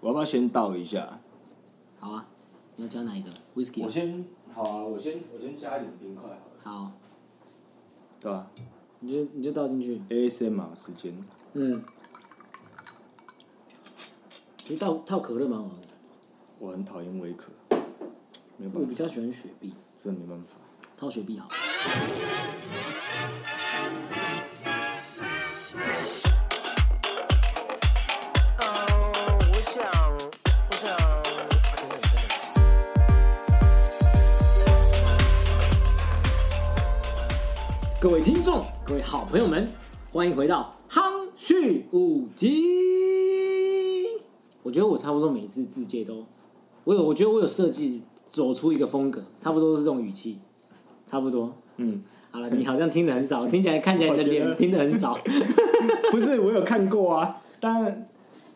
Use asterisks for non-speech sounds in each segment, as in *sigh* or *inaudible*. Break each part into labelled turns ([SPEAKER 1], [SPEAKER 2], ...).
[SPEAKER 1] 我要不要先倒一下？
[SPEAKER 2] 好啊，你要加哪一个？Whisky
[SPEAKER 1] 我
[SPEAKER 2] 啊。
[SPEAKER 1] 先好啊，我先我先加一点冰块好了，
[SPEAKER 2] 好，
[SPEAKER 1] 对吧
[SPEAKER 2] 你就你就倒进去。
[SPEAKER 1] ？ASMR 时间，
[SPEAKER 2] 嗯。其实倒倒可乐蛮好喝的，
[SPEAKER 1] 我很讨厌微可，没有
[SPEAKER 2] 我
[SPEAKER 1] 办
[SPEAKER 2] 比
[SPEAKER 1] 法，
[SPEAKER 2] 较喜欢雪碧，
[SPEAKER 1] 真的没办法。
[SPEAKER 2] 倒雪碧好。
[SPEAKER 3] 嗯，我想，我想，
[SPEAKER 2] 各位听众，各位好朋友们，欢迎回到夯序五集。我觉得我差不多每次自介都，我有，我觉得我有设计走出一个风格，差不多是这种语气，差不多。
[SPEAKER 1] 嗯，
[SPEAKER 2] 好了，你好像听得很 *laughs* 少，听起来看起来你的
[SPEAKER 1] 我觉得
[SPEAKER 2] 脸听得很少。
[SPEAKER 1] 不是，我有看过啊，但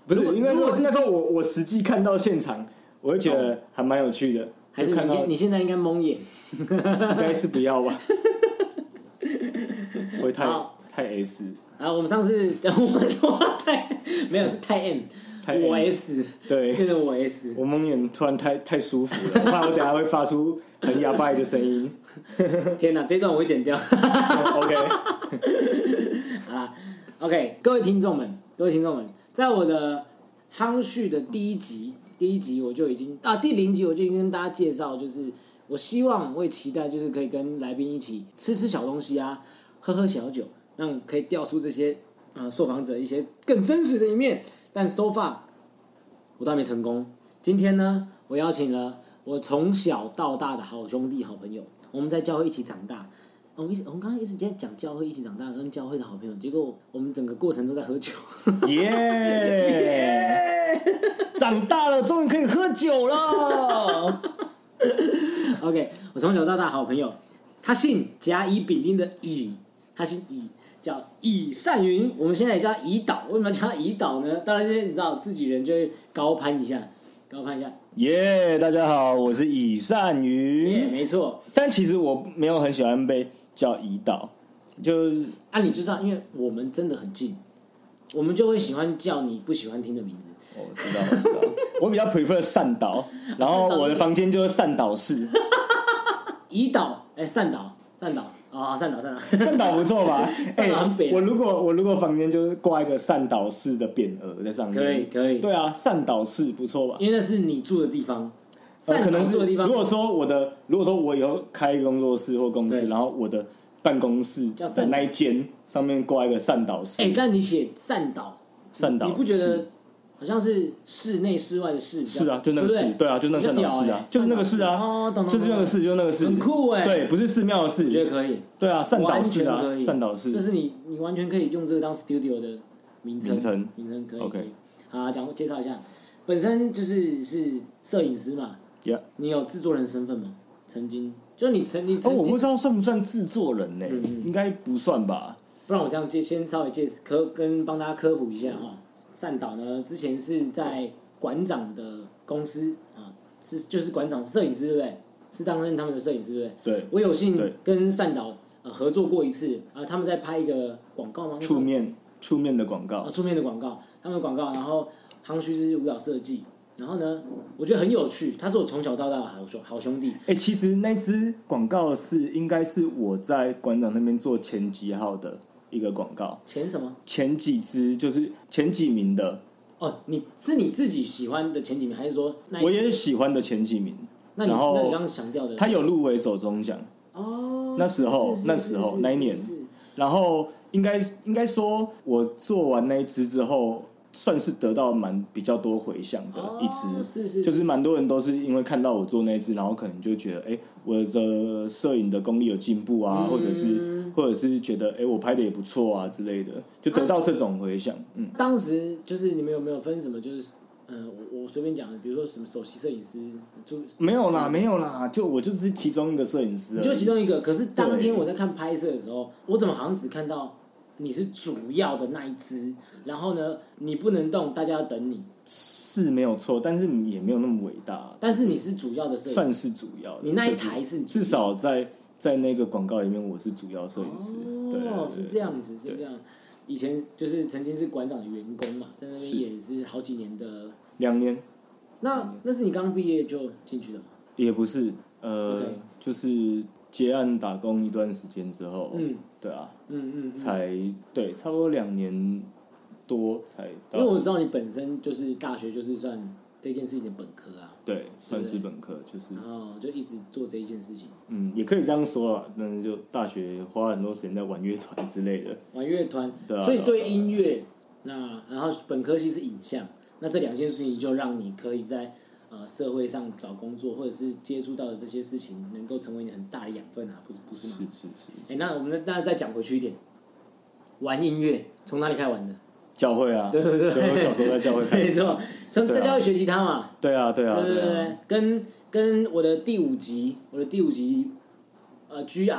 [SPEAKER 1] 不
[SPEAKER 2] 如果
[SPEAKER 1] 是，应该
[SPEAKER 2] 如
[SPEAKER 1] 说
[SPEAKER 2] 果是
[SPEAKER 1] 应该说我我实际看到现场，我会觉得还蛮有趣的。
[SPEAKER 2] 还是
[SPEAKER 1] 就
[SPEAKER 2] 你
[SPEAKER 1] 看
[SPEAKER 2] 应
[SPEAKER 1] 到
[SPEAKER 2] 该你现在应该蒙眼。
[SPEAKER 1] *laughs* 应该是不要 *laughs* 吧，会太
[SPEAKER 2] 好
[SPEAKER 1] 太 S，
[SPEAKER 2] 啊，我们上次 *laughs* 我说太没有是太 M，
[SPEAKER 1] 太 M
[SPEAKER 2] 我 S 变
[SPEAKER 1] 对。
[SPEAKER 2] 成我 S。
[SPEAKER 1] 我蒙眼突然太太舒服了，我怕我等下会发出很哑巴的声 *laughs* 音。哦
[SPEAKER 2] 天哪，这段我会剪掉。 *laughs*
[SPEAKER 1] OK，
[SPEAKER 2] 好啦 OK，各位听众们，各位听众们，在我的夯序的第一集，第一集我就已经啊，第零集我就已经跟大家介绍，就是我希望，我也期待，就是可以跟来宾一起吃吃小东西啊，喝喝小酒，让可以调出这些呃受访者一些更真实的一面。但 so far 我倒没成功。今天呢，我邀请了我从小到大的好兄弟、好朋友，我们在教会一起长大。哦我们一直我们刚刚一直在讲教会一起长大跟教会的好朋友，结果我们整个过程都在喝酒。 *laughs*
[SPEAKER 1] *laughs* 耶！ *laughs* 长大了，终于可以喝酒了。
[SPEAKER 2] OK，我从小到大好朋友，他姓甲乙丙丁的乙，他姓乙，叫乙善云。我们现在也叫他乙岛，为什么叫他乙岛呢？当然就是你知道自己人就会高攀一下，高攀一下。
[SPEAKER 1] *laughs* 耶大家好，我是以善
[SPEAKER 2] 也、
[SPEAKER 1] 云。
[SPEAKER 2] 没错，
[SPEAKER 1] 但其实我没有很喜欢被叫乙岛，就是
[SPEAKER 2] 啊，你就知道，因为我们真的很近，我们就会喜欢叫你不喜欢听的名字。
[SPEAKER 1] 我知道，我知道，我比较 prefer 善 *laughs* 导，然后我的房间就是善导室，
[SPEAKER 2] 乙岛，哎、善岛，善岛，啊、善岛，善岛。 *laughs*
[SPEAKER 1] 善导不错 *laughs* 吧？哎、
[SPEAKER 2] 善导很北
[SPEAKER 1] 我如果我如果房间就是挂一个善导室的匾额在上面，
[SPEAKER 2] 可以可以
[SPEAKER 1] 对啊，善导室不错吧？
[SPEAKER 2] 因为那是你住的地方，
[SPEAKER 1] 呃
[SPEAKER 2] 善
[SPEAKER 1] 可能
[SPEAKER 2] 岛
[SPEAKER 1] 是
[SPEAKER 2] 住的地方。
[SPEAKER 1] 如果说我的，如果说我以后开工作室或公司，
[SPEAKER 2] 对
[SPEAKER 1] 然后我的办公室
[SPEAKER 2] 叫
[SPEAKER 1] 的
[SPEAKER 2] 善导
[SPEAKER 1] 那一间上面挂一个善导室，
[SPEAKER 2] 哎、但你写善岛，
[SPEAKER 1] 善导
[SPEAKER 2] 你不觉
[SPEAKER 1] 室
[SPEAKER 2] 得好像是室内室外的室比较？
[SPEAKER 1] 是啊，就那个
[SPEAKER 2] 对不
[SPEAKER 1] 市，对啊，就那个
[SPEAKER 2] 比较
[SPEAKER 1] 善导
[SPEAKER 2] 屌
[SPEAKER 1] 市啊
[SPEAKER 2] 欸，
[SPEAKER 1] 就是那个市
[SPEAKER 2] 善岛
[SPEAKER 1] 啊
[SPEAKER 2] 哦，懂，懂
[SPEAKER 1] 就是那个市，就是那个市，
[SPEAKER 2] 很酷欸
[SPEAKER 1] 对，不是寺庙的
[SPEAKER 2] 我觉
[SPEAKER 1] 寺，
[SPEAKER 2] 得可以，
[SPEAKER 1] 对啊，善导
[SPEAKER 2] 完
[SPEAKER 1] 市
[SPEAKER 2] 全
[SPEAKER 1] 啊
[SPEAKER 2] 可，以。
[SPEAKER 1] 善导市，
[SPEAKER 2] 这是你你完全可以用这个当 studio 的名称，
[SPEAKER 1] 名称
[SPEAKER 2] 名称可以。
[SPEAKER 1] OK
[SPEAKER 2] 可以好啊，讲介绍一下，本身就是是摄影师嘛，
[SPEAKER 1] Yeah
[SPEAKER 2] 你有制作人身份吗？曾经，就你曾你
[SPEAKER 1] 哦，
[SPEAKER 2] 曾
[SPEAKER 1] 我
[SPEAKER 2] 经
[SPEAKER 1] 不知道算不算制作人呢、
[SPEAKER 2] 嗯嗯
[SPEAKER 1] 应该不算吧。
[SPEAKER 2] 不然我这样介先稍微介科跟帮大家科普一下哈、善导呢之前是在馆长的公司啊，是就是馆长摄影师对不对？是担任他们的摄影师对不
[SPEAKER 1] 对
[SPEAKER 2] 对？，我有幸
[SPEAKER 1] 对
[SPEAKER 2] 跟善导呃合作过一次啊、他们在拍一个广告吗？
[SPEAKER 1] 出面出面的广告
[SPEAKER 2] 啊，，出面的广告，他们的广告，然后夯须是舞蹈设计，然后呢，我觉得很有趣，他是我从小到大的好兄好兄弟，
[SPEAKER 1] 哎、其实那支广告是应该是我在馆长那边做前几号的一个广告，
[SPEAKER 2] 前什么？
[SPEAKER 1] 前几支就是前几名的，
[SPEAKER 2] 哦，你是你自己喜欢的前几名，还是说那一
[SPEAKER 1] 我也喜欢的前几名。
[SPEAKER 2] 那你
[SPEAKER 1] 然
[SPEAKER 2] 是
[SPEAKER 1] 后
[SPEAKER 2] 那你刚刚强调的
[SPEAKER 1] 他有入围手中奖，
[SPEAKER 2] 哦，
[SPEAKER 1] 那时候
[SPEAKER 2] 是是
[SPEAKER 1] 那
[SPEAKER 2] 是
[SPEAKER 1] 时候
[SPEAKER 2] 是
[SPEAKER 1] 那一年
[SPEAKER 2] 是是
[SPEAKER 1] 然后应该应该说，我做完那一支之后，算是得到蛮比较多回响的
[SPEAKER 2] 哦
[SPEAKER 1] 一支，
[SPEAKER 2] 是是
[SPEAKER 1] 就是蛮多人都是因为看到我做那一支，然后可能就觉得，哎，我的摄影的功力有进步啊，
[SPEAKER 2] 嗯
[SPEAKER 1] 或者是或者是觉得，哎，我拍的也不错啊之类的，就得到这种回响。嗯，
[SPEAKER 2] 当时就是你们有没有分什么？就是嗯、呃我我随便讲的，比如说什么首席摄影师，就
[SPEAKER 1] 没有啦，没有啦，就我就只是其中一个摄影师而
[SPEAKER 2] 你
[SPEAKER 1] 已，
[SPEAKER 2] 就其中一个。可是当
[SPEAKER 1] 对
[SPEAKER 2] 天我在看拍摄的时候，我怎么好像只看到你是主要的那一只，然后呢，你不能动，大家要等你，
[SPEAKER 1] 是没有错，但是也没有那么伟大，
[SPEAKER 2] 但是你是主要的摄影师。
[SPEAKER 1] 算是主要的。
[SPEAKER 2] 你那一
[SPEAKER 1] 就是
[SPEAKER 2] 台是主
[SPEAKER 1] 至
[SPEAKER 2] 要
[SPEAKER 1] 少在在那个广告里面，我是主要摄影师。对对，
[SPEAKER 2] 哦，
[SPEAKER 1] 对
[SPEAKER 2] 是这样子，是这样。以前就是曾经是馆长的员工嘛，在那
[SPEAKER 1] 是
[SPEAKER 2] 边也是好几年的。
[SPEAKER 1] 两年嗯
[SPEAKER 2] 那那是你刚毕业就进去的吗？
[SPEAKER 1] 也不是，呃
[SPEAKER 2] OK
[SPEAKER 1] 就是接案打工一段时间之后，
[SPEAKER 2] 嗯，
[SPEAKER 1] 对啊，
[SPEAKER 2] 嗯嗯嗯。
[SPEAKER 1] 才对，差不多两年多才
[SPEAKER 2] 因
[SPEAKER 1] 到，
[SPEAKER 2] 为我知道你本身就是大学就是算这件事情的本科啊，
[SPEAKER 1] 对，算是本科，就是
[SPEAKER 2] 然后就一直做这一件事情，
[SPEAKER 1] 嗯，也可以这样说啦，但是就大学花很多时间在玩乐团之类的，
[SPEAKER 2] 玩乐团，
[SPEAKER 1] 对啊
[SPEAKER 2] 所以
[SPEAKER 1] 对啊
[SPEAKER 2] 对音乐，那然后本科系是影像，那这两件事情就让你可以在呃社会上找工作，或者是接触到的这些事情，能够成为你很大的养分啊，不是不是吗
[SPEAKER 1] 是？是是，
[SPEAKER 2] 哎、那我们那再讲回去一点，玩音乐从哪里开始玩的？
[SPEAKER 1] 教会啊，
[SPEAKER 2] 对对对，
[SPEAKER 1] 所以我小时候在教
[SPEAKER 2] *laughs*
[SPEAKER 1] 会开
[SPEAKER 2] 没
[SPEAKER 1] 始，
[SPEAKER 2] 错，从
[SPEAKER 1] 对
[SPEAKER 2] 在
[SPEAKER 1] 啊
[SPEAKER 2] 教会学吉他嘛，
[SPEAKER 1] 对啊对啊
[SPEAKER 2] 对对
[SPEAKER 1] 对
[SPEAKER 2] 对
[SPEAKER 1] 啊，，
[SPEAKER 2] 跟跟我的第五集，我的第五集，呃，GR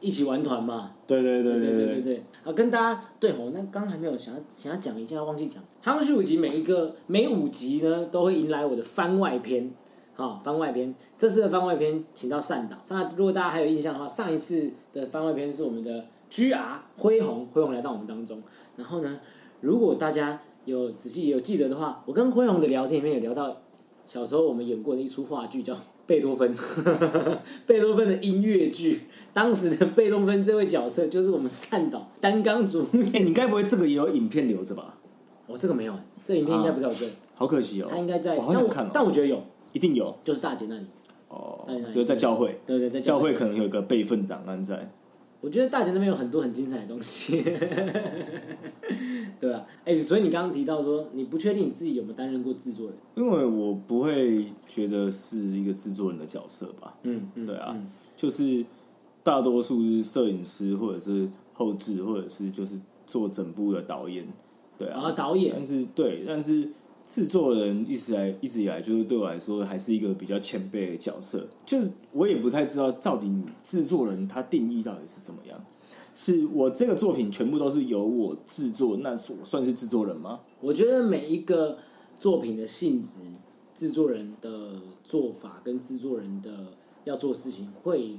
[SPEAKER 2] 一起玩团嘛。
[SPEAKER 1] 对对对
[SPEAKER 2] 对
[SPEAKER 1] 对
[SPEAKER 2] 对对，啊，跟大家对吼，那刚还没有想要想要讲一下，忘记讲。夯序五集每一个每五集呢，都会迎来我的番外篇，好、番外篇。这次的番外篇请到善导，那如果大家还有印象的话，上一次的番外篇是我们的 GR 恢宏，恢宏来到我们当中。然后呢，如果大家有仔细有记得的话，我跟恢宏的聊天里面有聊到小时候我们演过的一出话剧叫《贝多芬》， *laughs* 贝多芬的音乐剧。当时的贝多芬这位角色就是我们善导单纲主
[SPEAKER 1] 哎，你该不会这个也有影片留着吧？
[SPEAKER 2] 我、这个没有、啊这影片应该不在我这里，
[SPEAKER 1] 好可惜哦，
[SPEAKER 2] 他应该在。
[SPEAKER 1] 我好
[SPEAKER 2] 但
[SPEAKER 1] 想
[SPEAKER 2] 我
[SPEAKER 1] 看
[SPEAKER 2] 但
[SPEAKER 1] 哦，
[SPEAKER 2] 我觉得有，
[SPEAKER 1] 一定有
[SPEAKER 2] 就是大姐那里，
[SPEAKER 1] 哦
[SPEAKER 2] 当然，
[SPEAKER 1] 就是在教会，
[SPEAKER 2] 对对，哎在
[SPEAKER 1] 教
[SPEAKER 2] 会。
[SPEAKER 1] 会可能有个备份档案在，
[SPEAKER 2] 我觉得大姐那边有很多很精彩的东西， *laughs* 对吧、哎、所以你刚刚提到说你不确定你自己有没有担任过制作人，
[SPEAKER 1] 因为我不会觉得是一个制作人的角色吧，
[SPEAKER 2] 嗯嗯，
[SPEAKER 1] 对啊
[SPEAKER 2] 嗯
[SPEAKER 1] 就是大多数是摄影师或者是后置，或者是就是做整部的导演，对
[SPEAKER 2] 然后
[SPEAKER 1] 啊，
[SPEAKER 2] 导演
[SPEAKER 1] 但是对，但是制作人一直来一直以来就是对我来说还是一个比较谦卑的角色，就是我也不太知道到底制作人他定义到底是怎么样。是我这个作品全部都是由我制作，那是我算是制作人吗？
[SPEAKER 2] 我觉得每一个作品的性质、制作人的做法跟制作人的要做的事情会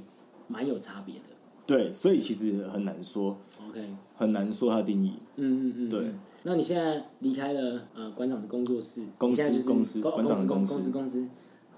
[SPEAKER 2] 蛮有差别的。
[SPEAKER 1] 对，所以其实很难说，
[SPEAKER 2] OK，
[SPEAKER 1] 很难说它的定义。
[SPEAKER 2] 嗯嗯嗯，
[SPEAKER 1] 对
[SPEAKER 2] 嗯。那你现在离开了呃馆长的工作室，
[SPEAKER 1] 公司
[SPEAKER 2] 你现在就是
[SPEAKER 1] 公司
[SPEAKER 2] 公哦
[SPEAKER 1] 馆长的
[SPEAKER 2] 公
[SPEAKER 1] 公
[SPEAKER 2] 司
[SPEAKER 1] 司
[SPEAKER 2] 公司公司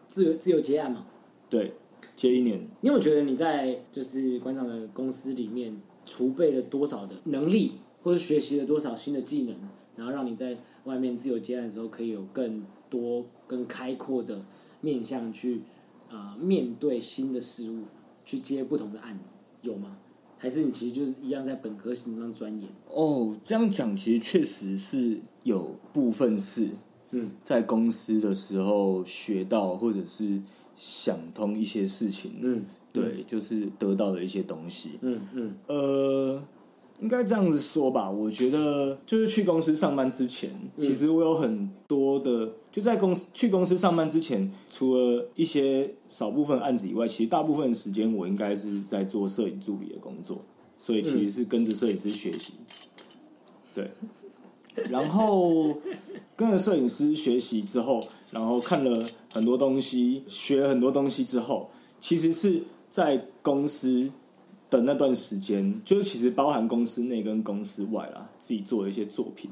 [SPEAKER 2] 自由自由接案嘛？
[SPEAKER 1] 对，接一年
[SPEAKER 2] 你有没有觉得你在就是馆长的公司里面储备了多少的能力，或者学习了多少新的技能，然后让你在外面自由接案的时候可以有更多、更开阔的面向去啊、呃面对新的事物，去接不同的案子，有吗？还是你其实就是一样在本科系上钻研？
[SPEAKER 1] 哦，这样讲其实确实是有部分是
[SPEAKER 2] 嗯
[SPEAKER 1] 在公司的时候学到，或者是想通一些事情，
[SPEAKER 2] 嗯，
[SPEAKER 1] 对，就是得到的一些东西。
[SPEAKER 2] 嗯嗯
[SPEAKER 1] 呃，应该这样子说吧，我觉得就是去公司上班之前，其实我有很多的，就在公司去公司上班之前，除了一些少部分案子以外，其实大部分时间我应该是在做摄影助理的工作，所以其实是跟着摄影师学习，对。然后跟着摄影师学习之后，然后看了很多东西，学了很多东西之后，其实是在公司的那段时间，就是其实包含公司内跟公司外啦，自己做的一些作品，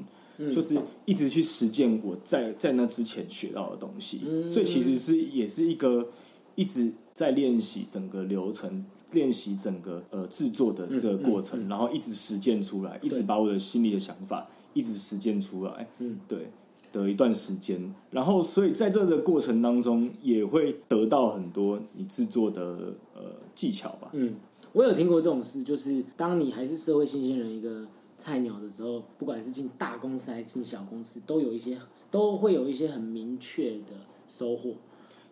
[SPEAKER 1] 就是一直去实践我在在那之前学到的东西，
[SPEAKER 2] 嗯
[SPEAKER 1] 所以其实是也是一个一直在练习整个流程。练习整个呃制作的这个过程，然后一直实践出来，一直把我的心里的想法一直实践出来，
[SPEAKER 2] 嗯，
[SPEAKER 1] 对的一段时间。然后，所以在这个过程当中，也会得到很多你制作的呃技巧吧。
[SPEAKER 2] 嗯，我有听过这种事，就是当你还是社会新鲜人一个菜鸟的时候，不管是进大公司还是进小公司，都有一些都会有一些很明确的收获。嗯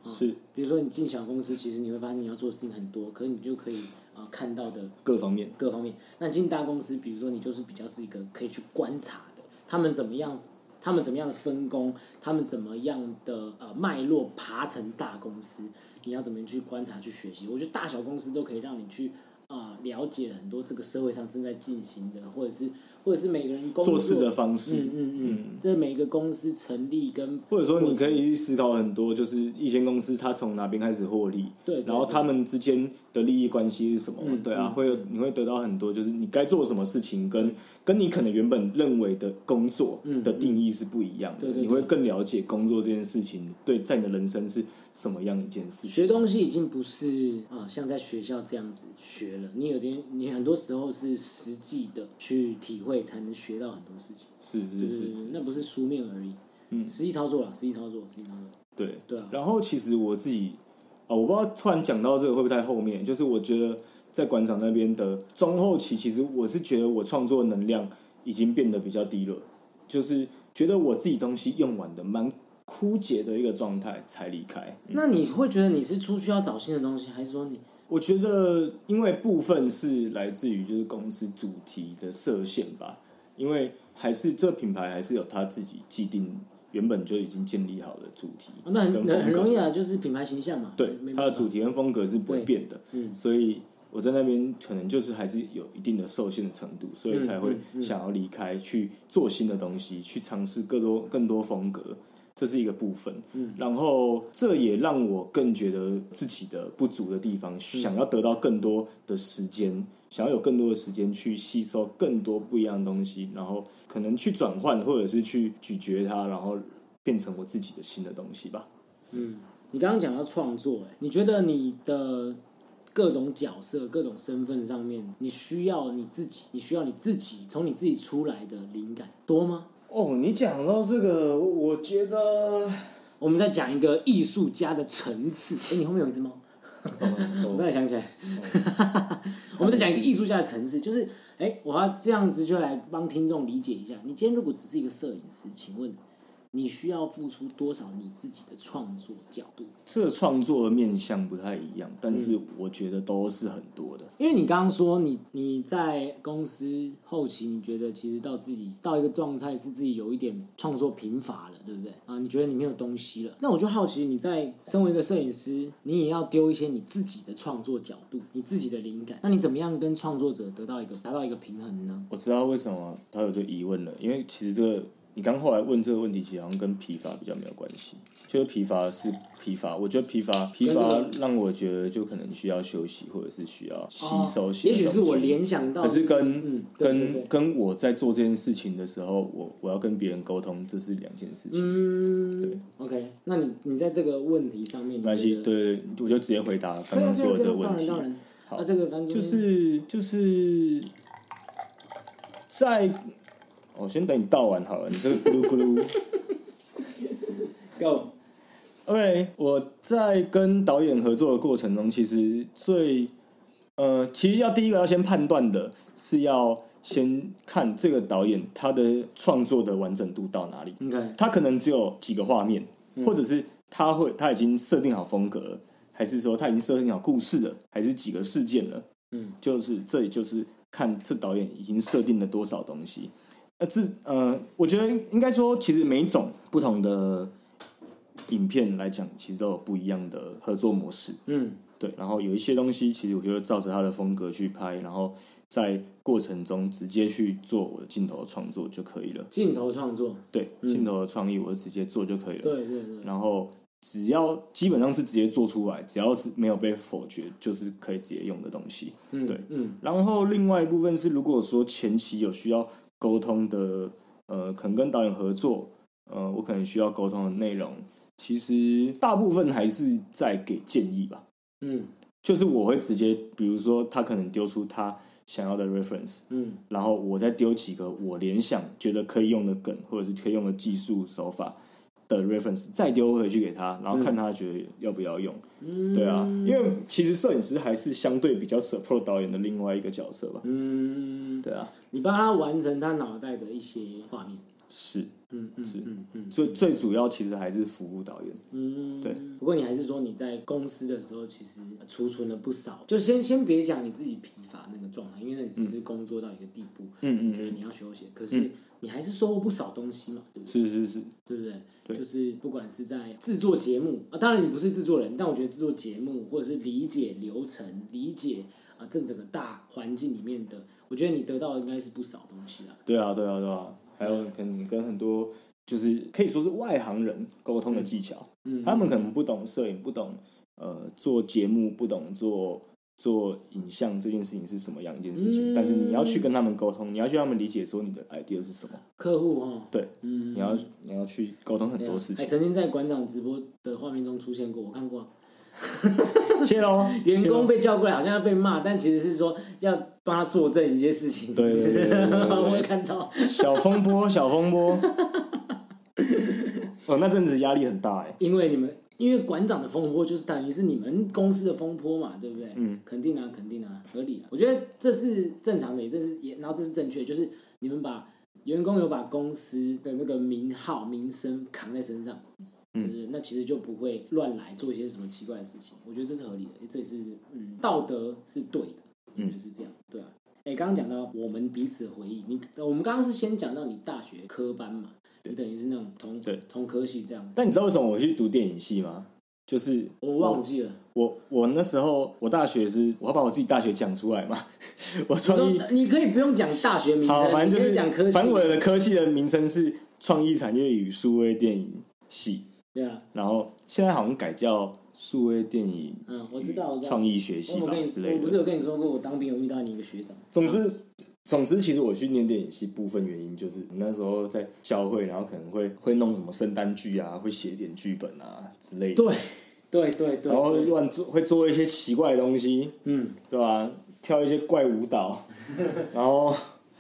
[SPEAKER 1] 是
[SPEAKER 2] 比如说你进小公司，其实你会发现你要做的事情很多，可是你就可以呃看到的
[SPEAKER 1] 各方面，
[SPEAKER 2] 各方面。那你进大公司，比如说你就是比较是一个可以去观察的，他们怎么样，他们怎么样的分工，他们怎么样的呃脉络爬成大公司，你要怎么去观察去学习？我觉得大小公司都可以让你去啊、呃了解很多这个社会上正在进行的，或者是或者是每个人工作
[SPEAKER 1] 做事的方式，
[SPEAKER 2] 嗯嗯嗯，这每个公司成立跟
[SPEAKER 1] 或者说你可以去思考很多，就是一间公司它从哪边开始获利，
[SPEAKER 2] 对对
[SPEAKER 1] 然后他们之间的利益关系是什么？
[SPEAKER 2] 嗯
[SPEAKER 1] 对啊，
[SPEAKER 2] 嗯
[SPEAKER 1] 会有你会得到很多，就是你该做什么事情跟跟你可能原本认为的工作
[SPEAKER 2] 嗯
[SPEAKER 1] 的定义是不一样的，
[SPEAKER 2] 对对对
[SPEAKER 1] 你会更了解工作这件事情对在你的人生是什么样一件事情。
[SPEAKER 2] 学东西已经不是啊、像在学校这样子学了，你有点，你很多时候是实际的去体会才能学到很多事情，
[SPEAKER 1] 是是
[SPEAKER 2] 对
[SPEAKER 1] 是
[SPEAKER 2] 对对，那不是书面而已，
[SPEAKER 1] 嗯
[SPEAKER 2] 实际操作啦，实际操作，实际操作，
[SPEAKER 1] 对
[SPEAKER 2] 对啊
[SPEAKER 1] 然后其实我自己啊、我不知道突然讲到这个会不会太后面，就是我觉得在馆长那边的中后期，其实我是觉得我创作能量已经变得比较低了，就是觉得我自己东西用完的蛮枯竭的一个状态才离开。
[SPEAKER 2] 那你会觉得你是出去要找新的东西，还是说你
[SPEAKER 1] 我觉得，因为部分是来自于就是公司主题的设限吧，因为还是这品牌还是有他自己既定原本就已经建立好的主题
[SPEAKER 2] 啊那
[SPEAKER 1] 跟
[SPEAKER 2] 很
[SPEAKER 1] 风格
[SPEAKER 2] 很容易啊，就是品牌形象嘛，
[SPEAKER 1] 对
[SPEAKER 2] 没，
[SPEAKER 1] 它
[SPEAKER 2] 办
[SPEAKER 1] 的
[SPEAKER 2] 法
[SPEAKER 1] 主题跟风格是不会
[SPEAKER 2] 对
[SPEAKER 1] 变的，
[SPEAKER 2] 嗯
[SPEAKER 1] 所以我在那边可能就是还是有一定的受限的程度，所以
[SPEAKER 2] 嗯
[SPEAKER 1] 才会
[SPEAKER 2] 嗯嗯
[SPEAKER 1] 想要离开，去做新的东西，去尝试更多更多风格，这是一个部分。
[SPEAKER 2] 嗯
[SPEAKER 1] 然后这也让我更觉得自己的不足的地
[SPEAKER 2] 嗯
[SPEAKER 1] 方，想要得到更多的时间，想要有更多的时间去吸收更多不一样的东西，然后可能去转换或者是去咀嚼它，然后变成我自己的新的东西吧。
[SPEAKER 2] 嗯，你刚刚讲到创作、哎，你觉得你的各种角色、各种身份上面，你需要你自己，你需要你自己从你自己出来的灵感多吗？
[SPEAKER 1] 哦，你讲到这个，我觉 *laughs* 得
[SPEAKER 2] 我们再讲一个艺术家的层次。哎、你后面有一只猫，我突然想起来， *laughs* 我们再讲一个艺术家的层次，就是，哎、我要这样子就来帮听众理解一下。你今天如果只是一个摄影师，请问你需要付出多少你自己的创作角度？
[SPEAKER 1] 这个创作的面向不太一样，但是我觉得都是很多的。
[SPEAKER 2] 因为你刚刚说你你在公司后期，你觉得其实到自己到一个状态是自己有一点创作贫乏了，对不对？啊，你觉得你没有东西了，那我就好奇你在身为一个摄影师，你也要丢一些你自己的创作角度，你自己的灵感，那你怎么样跟创作者得到一个达到一个平衡呢？
[SPEAKER 1] 我知道为什么他有这个疑问了，因为其实这个你刚后来问这个问题，其实好像跟疲乏比较没有关系，就是疲乏是疲乏，我觉得疲乏疲乏
[SPEAKER 2] 真
[SPEAKER 1] 让我觉得就可能需要休息，或者是需要吸收
[SPEAKER 2] 哦
[SPEAKER 1] 新
[SPEAKER 2] 也
[SPEAKER 1] 的东西。
[SPEAKER 2] 许是我联想到
[SPEAKER 1] 可
[SPEAKER 2] 就是是，
[SPEAKER 1] 跟、
[SPEAKER 2] 嗯，对对
[SPEAKER 1] 跟
[SPEAKER 2] 对
[SPEAKER 1] 跟我在做这件事情的时候，我我要跟别人沟通，这是两件事情。对
[SPEAKER 2] 嗯，OK，那你你在这个问题上面，
[SPEAKER 1] 没关系，
[SPEAKER 2] 你觉得，啊
[SPEAKER 1] 对，我就直接回答刚刚说的这个问题
[SPEAKER 2] 当然。当然，
[SPEAKER 1] 好
[SPEAKER 2] 那这个反正
[SPEAKER 1] 就是就是在，我、先等你倒完好了，你这个咕噜咕
[SPEAKER 2] *laughs*
[SPEAKER 1] 噜。
[SPEAKER 2] Go，
[SPEAKER 1] OK，我在跟导演合作的过程中，其实最呃，其实要第一个要先判断的是要先看这个导演他的创作的完整度到哪里。
[SPEAKER 2] OK，
[SPEAKER 1] 他可能只有几个画面，或者是他会他已经设定好风格了，还是说他已经设定好故事了，还是几个事件了？
[SPEAKER 2] 嗯，
[SPEAKER 1] 就是这里就是看这导演已经设定了多少东西。那这呃，我觉得应该说，其实每一种不同的影片来讲，其实都有不一样的合作模式。
[SPEAKER 2] 嗯
[SPEAKER 1] 对，然后有一些东西，其实我觉得照着他的风格去拍，然后在过程中直接去做我的镜头创作就可以了，。
[SPEAKER 2] 镜头创作，
[SPEAKER 1] 对，
[SPEAKER 2] 嗯
[SPEAKER 1] 镜头的创意我就直接做就可以了。
[SPEAKER 2] 对对对，
[SPEAKER 1] 然后只要基本上是直接做出来，只要是没有被否决，就是可以直接用的东西。
[SPEAKER 2] 嗯
[SPEAKER 1] 对
[SPEAKER 2] 嗯
[SPEAKER 1] 然后另外一部分是，如果说前期有需要沟通的，呃，可能跟导演合作，呃，我可能需要沟通的内容，其实大部分还是在给建议吧。
[SPEAKER 2] 嗯
[SPEAKER 1] 就是我会直接，比如说他可能丢出他想要的 reference，
[SPEAKER 2] 嗯
[SPEAKER 1] 然后我再丢几个我联想觉得可以用的梗，或者是可以用的技术手法的 reference，再丢回去给他，然后看他觉得要不要用。
[SPEAKER 2] 嗯，
[SPEAKER 1] 对啊，因为其实摄影师还是相对比较 support 导演的另外一个角色吧。
[SPEAKER 2] 嗯，
[SPEAKER 1] 对啊，
[SPEAKER 2] 你帮他完成他脑袋的一些画面，
[SPEAKER 1] 是
[SPEAKER 2] 嗯嗯嗯嗯
[SPEAKER 1] 最最主要其实还是服务导演。
[SPEAKER 2] 嗯，
[SPEAKER 1] 对。
[SPEAKER 2] 不过你还是说你在公司的时候，其实储存了不少，就先先别讲你自己疲乏那个状态，因为那你只是工作到一个地步，
[SPEAKER 1] 嗯
[SPEAKER 2] 你觉得你要休息，可是你还是收获不少东西嘛，对不对？
[SPEAKER 1] 是是是，
[SPEAKER 2] 对不对？
[SPEAKER 1] 对
[SPEAKER 2] 就是不管是在制作节目啊，当然你不是制作人，但我觉得制作节目或者是理解流程、理解啊这整个大环境里面的，我觉得你得到的应该是不少东西啦。
[SPEAKER 1] 对啊，对啊，对啊，还有可能跟很多就是可以说是外行人沟通的技巧，
[SPEAKER 2] 嗯，
[SPEAKER 1] 他们可能不懂摄影，不懂呃做节目，不懂做做影像这件事情是什么样一件事情，
[SPEAKER 2] 嗯
[SPEAKER 1] 但是你要去跟他们沟通，你要去让他们理解说你的 idea 是什么，
[SPEAKER 2] 客户哦，
[SPEAKER 1] 对，
[SPEAKER 2] 嗯，
[SPEAKER 1] 你要你要去沟通很
[SPEAKER 2] 对啊
[SPEAKER 1] 多事
[SPEAKER 2] 还
[SPEAKER 1] 情，
[SPEAKER 2] 曾经在馆长直播的画面中出现过，我看过啊
[SPEAKER 1] 谢喽，
[SPEAKER 2] 哎 *laughs* 员
[SPEAKER 1] 谢咯
[SPEAKER 2] 工被叫过来，好像要被骂，但其实是说要帮他作证一些事情。
[SPEAKER 1] 对对对对对对
[SPEAKER 2] 我有看到。
[SPEAKER 1] 小风波，小风波。哦，那阵子压力很大哎、
[SPEAKER 2] 因为你们因为馆长的风波就是等于是你们公司的风波嘛，对不对？
[SPEAKER 1] 嗯，
[SPEAKER 2] 肯定啊，肯定啊，合理啊。我觉得这是正常的，也这是也，然后这是正确，就是你们把员工有把公司的那个名号、名声扛在身上，
[SPEAKER 1] 嗯
[SPEAKER 2] 对不对？那其实就不会乱来做一些什么奇怪的事情。我觉得这是合理的，这也是嗯，道德是对的，我觉得是这样，
[SPEAKER 1] 嗯
[SPEAKER 2] 对啊。哎，刚刚讲到我们彼此的回忆，你我们刚刚是先讲到你大学科班嘛，你等于是那种同
[SPEAKER 1] 对
[SPEAKER 2] 同科系这样，
[SPEAKER 1] 但你知道为什么我去读电影系吗？就是
[SPEAKER 2] 我忘记了。
[SPEAKER 1] 我我那时候我大学是我要把我自己大学讲出来嘛， *laughs* 我创
[SPEAKER 2] 你
[SPEAKER 1] 意
[SPEAKER 2] 说你可以不用讲大学名
[SPEAKER 1] 好，
[SPEAKER 2] 称，
[SPEAKER 1] 反
[SPEAKER 2] 你
[SPEAKER 1] 正就
[SPEAKER 2] 可
[SPEAKER 1] 是
[SPEAKER 2] 以讲科系，
[SPEAKER 1] 反正我的科系的名称是创意产业与数位电影系，
[SPEAKER 2] 对啊，
[SPEAKER 1] 然后现在好像改叫数位电影
[SPEAKER 2] 嗯，我知道，我知道。
[SPEAKER 1] 创意学系
[SPEAKER 2] 我
[SPEAKER 1] 吧
[SPEAKER 2] 跟你
[SPEAKER 1] 之类
[SPEAKER 2] 我不是
[SPEAKER 1] 的。
[SPEAKER 2] 有跟你说过，我当兵有遇到你一个学长，
[SPEAKER 1] 总之，总之，其实我去念电影系，部分原因就是那时候在校会，然后可能会会弄什么圣诞剧啊，会写点剧本啊之类的，
[SPEAKER 2] 对，对对对，
[SPEAKER 1] 然后
[SPEAKER 2] 对
[SPEAKER 1] 乱做，会做一些奇怪的东西，
[SPEAKER 2] 嗯，
[SPEAKER 1] 对吧、跳一些怪舞蹈， *laughs* 然后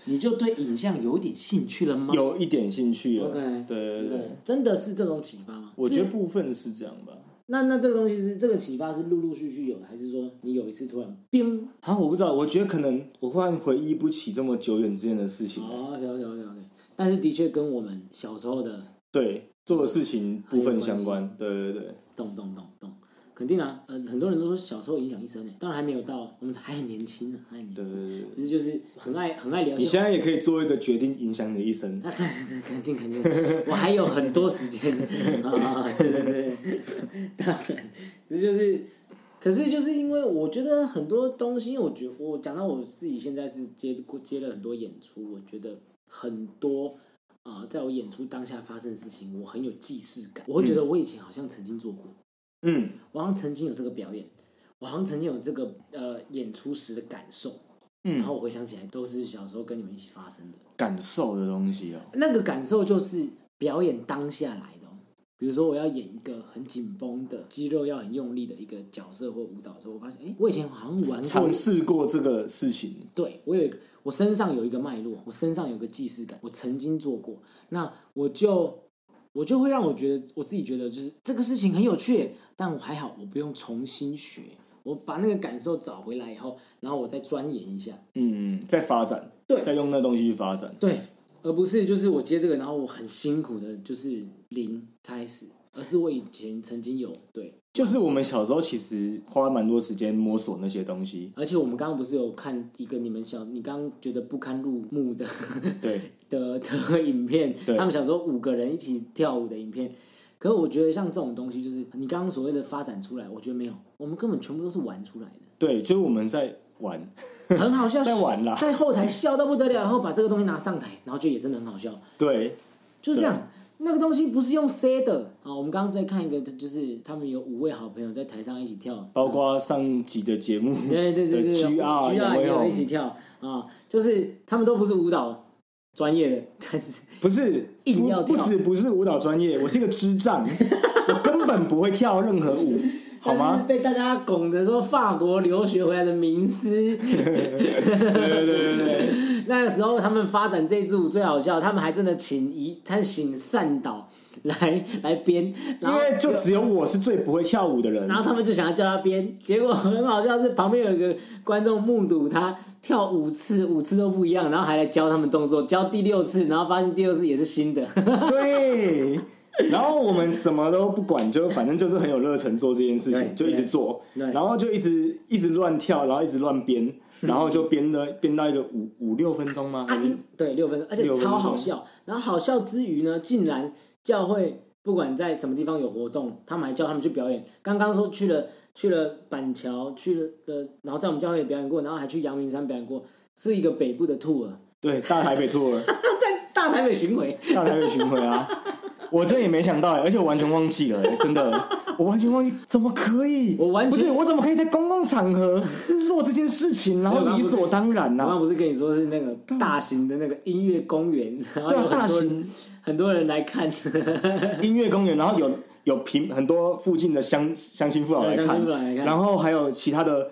[SPEAKER 2] 你就对影像有点兴趣了吗？
[SPEAKER 1] 有一点兴趣了。
[SPEAKER 2] OK，
[SPEAKER 1] 对对对，
[SPEAKER 2] 真的是这种启发吗？
[SPEAKER 1] 我觉得
[SPEAKER 2] 是
[SPEAKER 1] 部分是这样吧。
[SPEAKER 2] 那那这个东西是这个启发是陆陆续续有的，还是说你有一次突然冰？
[SPEAKER 1] 啊，我不知道，我觉得可能我忽然回忆不起这么久远之前的事情、
[SPEAKER 2] 哦，OK OK OK OK，但是的确跟我们小时候的
[SPEAKER 1] 对，做的事情部分相关。对对对，
[SPEAKER 2] 懂懂懂懂，肯定啊，呃，很多人都说小时候影响一生呢，当然还没有到，我们还很年轻呢，还很年轻。
[SPEAKER 1] 对对对对。
[SPEAKER 2] 只是就是很爱很爱聊一
[SPEAKER 1] 你
[SPEAKER 2] 些。
[SPEAKER 1] 现在也可以做一个决定，影响你的一生。
[SPEAKER 2] *laughs* 啊，对对对，肯定肯定，我还有很多时间
[SPEAKER 1] *laughs*
[SPEAKER 2] 啊，对对对，当然，只是就是，可是就是因为我觉得很多东西，因为我觉我讲到我自己现在是接过接了很多演出，我觉得很多啊、在我演出当下发生的事情，我很有既视感，我会觉得我以前好像曾经做过，
[SPEAKER 1] 嗯，
[SPEAKER 2] 我好像曾经有这个表演，我好像曾经有这个呃演出时的感受，
[SPEAKER 1] 嗯
[SPEAKER 2] 然后我回想起来都是小时候跟你们一起发生的。
[SPEAKER 1] 感受的东西哦。
[SPEAKER 2] 那个感受就是表演当下来的、哦。比如说，我要演一个很紧绷的、肌肉要很用力的一个角色或舞蹈的时候，我发现，哎，我以前好像玩过
[SPEAKER 1] 尝，试过这个事情，
[SPEAKER 2] 对我有一个，我身上有一个脉络，我身上有个既视感，我曾经做过，那我就我就会让我觉得我自己觉得就是这个事情很有趣，但我还好，我不用重新学，我把那个感受找回来以后，然后我再钻研一下，
[SPEAKER 1] 嗯，在发展，
[SPEAKER 2] 对
[SPEAKER 1] 在用那东西去发展。
[SPEAKER 2] 对，而不是就是我接这个，然后我很辛苦的，就是零开始，而是我以前曾经有对，
[SPEAKER 1] 就是我们小时候其实花蛮多时间摸索那些东西，
[SPEAKER 2] 而且我们刚刚不是有看一个你们小，你刚刚觉得不堪入目的
[SPEAKER 1] 对，
[SPEAKER 2] 的 *laughs* 的影片，
[SPEAKER 1] 对
[SPEAKER 2] 他们小时候五个人一起跳舞的影片。可是我觉得像这种东西，就是你刚刚所谓的发展出来，我觉得没有，我们根本全部都是玩出
[SPEAKER 1] *laughs*
[SPEAKER 2] 来的，
[SPEAKER 1] 对，就是我们在玩，
[SPEAKER 2] 很好笑，
[SPEAKER 1] 在玩啦
[SPEAKER 2] *laughs* 在后台笑到不得了，然后把这个东西拿上台，然后就也真的很好笑。
[SPEAKER 1] 对，
[SPEAKER 2] 就是这样。那个东西不是用塞的啊！我们刚刚是在看一个，就是他们有五位好朋友在台上一起
[SPEAKER 1] *laughs*
[SPEAKER 2] 跳，
[SPEAKER 1] 包括上集的节
[SPEAKER 2] *laughs*
[SPEAKER 1] 目，
[SPEAKER 2] 对对对对对
[SPEAKER 1] G R 哦
[SPEAKER 2] 也有一起
[SPEAKER 1] 有？
[SPEAKER 2] 跳啊！就是他们都不是舞蹈专业的，但是
[SPEAKER 1] 不是，
[SPEAKER 2] 硬要
[SPEAKER 1] 不不
[SPEAKER 2] 跳
[SPEAKER 1] 止不是舞蹈专业，我是一个智
[SPEAKER 2] *laughs*
[SPEAKER 1] 障，我根本不会跳任何舞，好
[SPEAKER 2] 但是
[SPEAKER 1] 吗？
[SPEAKER 2] 被大家拱着说法国留学回来的
[SPEAKER 1] *laughs*
[SPEAKER 2] 名师，
[SPEAKER 1] 对对对对对，
[SPEAKER 2] 那个时候他们发展这支舞最好笑，他们还真的请一他请善导来来编，然
[SPEAKER 1] 因
[SPEAKER 2] 后
[SPEAKER 1] 为就只有我是最不会跳舞的人
[SPEAKER 2] 然，后他们就想要叫他编，结果很好笑是旁边有一个观众目睹他跳五次，五次都不一样，然后还来教他们动作，教第六次，然后发现第六次也是新
[SPEAKER 1] *laughs*
[SPEAKER 2] 的，
[SPEAKER 1] 对。然后我们什么都不管，就反正就是很有热忱做这件事
[SPEAKER 2] 对
[SPEAKER 1] 情，就一直做，
[SPEAKER 2] 对
[SPEAKER 1] 然后就一直一直乱跳，然后一直乱编，然后就编的编到一个五五六分钟吗？还
[SPEAKER 2] 啊
[SPEAKER 1] 是
[SPEAKER 2] 对，六分钟，而且
[SPEAKER 1] 嗯六分钟
[SPEAKER 2] 超好笑。然后好笑之余呢，竟然教会不管在什么地方有活动，他们还叫他们去表演。刚刚说去了去了板桥，去了呃，然后在我们教会也表演过，然后还去阳明山表演过，是一个北部的 tour，
[SPEAKER 1] 对，大台北 tour，
[SPEAKER 2] 在大台北巡回。
[SPEAKER 1] 大台北巡回啊，我真也没想到、欸，而且我完全忘记了、欸，真的，我完全忘记，怎么可以？
[SPEAKER 2] 我完全
[SPEAKER 1] 不是，我怎么可以在公共场合做这件事情，然后理所当然呢、
[SPEAKER 2] *laughs* 我刚刚
[SPEAKER 1] 啊？
[SPEAKER 2] 不是跟你说是那个大型的那个音乐公园，然后有
[SPEAKER 1] 对啊
[SPEAKER 2] 很多
[SPEAKER 1] 大型
[SPEAKER 2] 很多人来看， *laughs*
[SPEAKER 1] 音乐公园，然后有有平很多附近的乡乡亲父老来
[SPEAKER 2] 对乡
[SPEAKER 1] 看
[SPEAKER 2] 亲父老来，看
[SPEAKER 1] 然后还有其他的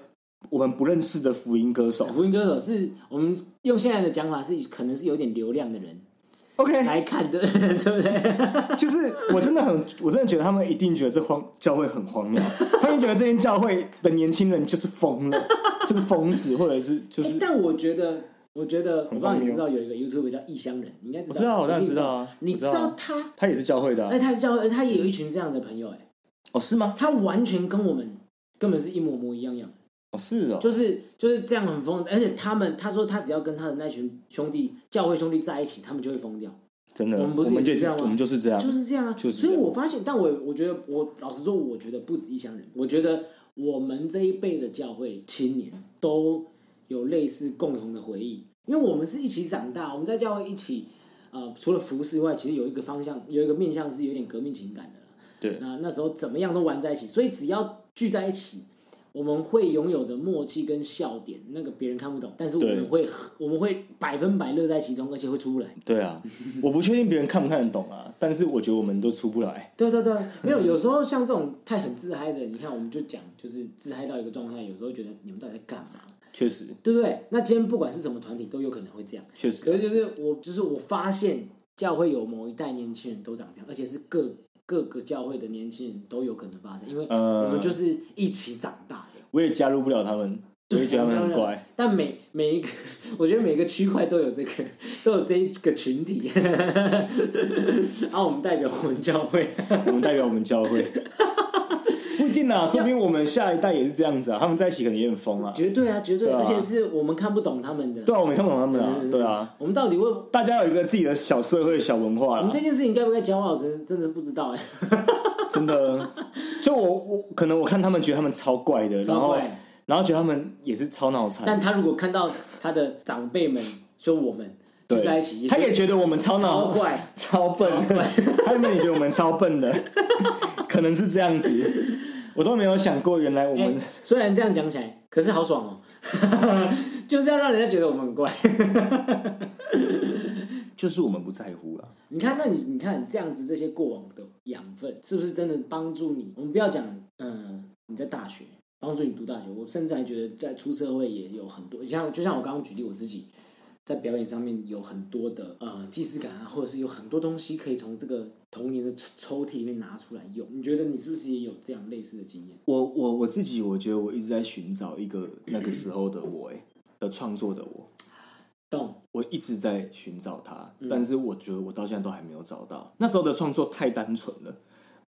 [SPEAKER 1] 我们不认识的福音歌手。
[SPEAKER 2] 福音歌手是我们用现在的讲法是可能是有点流量的人
[SPEAKER 1] OK，
[SPEAKER 2] 来看的， *laughs* 对不对？
[SPEAKER 1] *laughs* 就是我真的很，我真的觉得他们一定觉得这荒教会很荒谬，他们觉得这间教会的年轻人就是疯了，就是疯子，或者是就是
[SPEAKER 2] 欸但我觉得，我觉得
[SPEAKER 1] 很
[SPEAKER 2] 我不知道
[SPEAKER 1] 荒
[SPEAKER 2] 你
[SPEAKER 1] 谬
[SPEAKER 2] 知道有一个 YouTube 叫异乡人，你应该知道。
[SPEAKER 1] 我知道我当然
[SPEAKER 2] 一定
[SPEAKER 1] 知道啊
[SPEAKER 2] 你
[SPEAKER 1] 我
[SPEAKER 2] 知
[SPEAKER 1] 知道啊
[SPEAKER 2] 道他，
[SPEAKER 1] 他也是教会的啊、
[SPEAKER 2] 哎，他是叫他也有一群这样的朋友，哎，
[SPEAKER 1] 哦，是吗？
[SPEAKER 2] 他完全跟我们根本是一模模一样样。
[SPEAKER 1] 哦，是哦，
[SPEAKER 2] 就是就是这样很疯，而且他们他说他只要跟他的那群兄弟教会兄弟在一起，他们就会疯掉，
[SPEAKER 1] 真的，
[SPEAKER 2] 我
[SPEAKER 1] 我
[SPEAKER 2] 们不是
[SPEAKER 1] 们
[SPEAKER 2] 也
[SPEAKER 1] 就是
[SPEAKER 2] 这样吗
[SPEAKER 1] 我们就是这样，
[SPEAKER 2] 就是这样啊。
[SPEAKER 1] 就是这
[SPEAKER 2] 所以
[SPEAKER 1] 样
[SPEAKER 2] 我发现，但我我觉得我老实说，我觉得不止异乡人，我觉得我们这一辈的教会青年都有类似共同的回忆，因为我们是一起长大，我们在教会一起，呃，除了服饰以外，其实有一个方向，有一个面向是有点革命情感的啦。
[SPEAKER 1] 对，
[SPEAKER 2] 那那时候怎么样都玩在一起，所以只要聚在一起，我们会拥有的默契跟笑点，那个别人看不懂，但是我
[SPEAKER 1] 对
[SPEAKER 2] 们会我们会百分百乐在其中，而且会出不来。
[SPEAKER 1] 对啊，我不确定别人看不看得懂啊，但是我觉得我们都出不来，
[SPEAKER 2] 对对对，没有，有时候像这种太很自嗨的，你看我们就讲，就是自嗨到一个状态，有时候觉得你们到底在干嘛，
[SPEAKER 1] 确实，
[SPEAKER 2] 对不对？那今天不管是什么团体，都有可能会这样。
[SPEAKER 1] 确实，
[SPEAKER 2] 可是就是我就是我发现教会有某一代年轻人都长这样，而且是各各个教会的年轻人都有可能发生，因为
[SPEAKER 1] 呃
[SPEAKER 2] 我们就是一起长大的。
[SPEAKER 1] 我也加入不了他们，我也觉得他们很
[SPEAKER 2] *laughs*
[SPEAKER 1] 乖，
[SPEAKER 2] 但每每一个， *laughs* 我觉得每个区块都有这个，都有这一个群体。 *laughs* 然后我们代表我们教会，
[SPEAKER 1] 我们代表我们教
[SPEAKER 2] *laughs*
[SPEAKER 1] 会，不一定啊，说不定我们下一代也是这样子啊，他们在一起可能也很疯啊，
[SPEAKER 2] 绝对啊，绝对，
[SPEAKER 1] 对啊
[SPEAKER 2] 而且是我们看不懂他们的。
[SPEAKER 1] 对啊，我没看懂他们啊，对啊。，
[SPEAKER 2] 我们到底为我
[SPEAKER 1] 大家有一个自己的小社会、小文化
[SPEAKER 2] 们
[SPEAKER 1] 啦
[SPEAKER 2] 这，件事情该不该骄傲，真真的不知道哎、
[SPEAKER 1] 真的。就我我可能我看他们觉得他们超怪的，然
[SPEAKER 2] 超
[SPEAKER 1] 后
[SPEAKER 2] 怪
[SPEAKER 1] 然后觉得他们也是超脑残，
[SPEAKER 2] 但他如果看到他的长辈们，就我们聚
[SPEAKER 1] 对
[SPEAKER 2] 在一起，
[SPEAKER 1] 他也觉得我们超
[SPEAKER 2] 超
[SPEAKER 1] 脑、
[SPEAKER 2] 怪。
[SPEAKER 1] 超笨， *laughs* 他们也觉得我们超笨 *laughs* 的，可能是这样子。我都没有想过，原来我
[SPEAKER 2] 哎、
[SPEAKER 1] 们
[SPEAKER 2] 虽然这样讲起来，可是好爽哦、 *laughs* 就是要让人家觉得我们很怪。
[SPEAKER 1] 就是我们不在乎了。
[SPEAKER 2] 你看，那你你看这样子，这些过往的养分是不是真的帮助你？我们不要讲，嗯、你在大学帮助你读大学，我甚至还觉得在出社会也有很多，像就像我刚刚举例我自己，在表演上面有很多的呃既视感啊，或者是有很多东西可以从这个童年的抽抽屉里面拿出来用。你觉得你是不是也有这样类似的经验？
[SPEAKER 1] 我我我自己，我觉得我一直在寻找一个那个时候的我、哎，的创作的我，
[SPEAKER 2] 懂？
[SPEAKER 1] 我一直在寻找它，但是我觉得我到现在都还没有找到。那时候的创作太单纯了，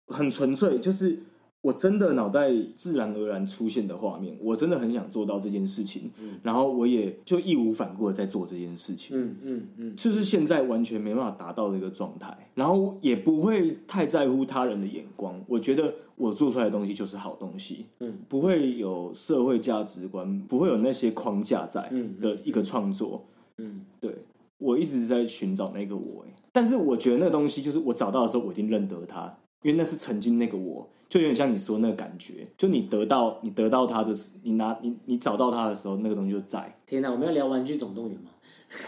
[SPEAKER 1] 很纯粹，就是我真的脑袋自然而然出现的画面，我真的很想做到这件事情，然后我也就义无反顾的在做这件事情。
[SPEAKER 2] 嗯嗯嗯，
[SPEAKER 1] 就是现在完全没办法达到的一个状态，然后也不会太在乎他人的眼光。我觉得我做出来的东西就是好东西，
[SPEAKER 2] 嗯，
[SPEAKER 1] 不会有社会价值观，不会有那些框架在
[SPEAKER 2] 嗯嗯
[SPEAKER 1] 的一个创作，
[SPEAKER 2] 嗯，
[SPEAKER 1] 对我一直在寻找那个我，欸但是我觉得那个东西就是我找到的时候，我一定认得它，因为那是曾经那个我，就有点像你说那个感觉，就你得到你得到它的时，你拿你你找到它的时候，那个东西就在，
[SPEAKER 2] 天哪，我们要聊《玩具总动员》吗？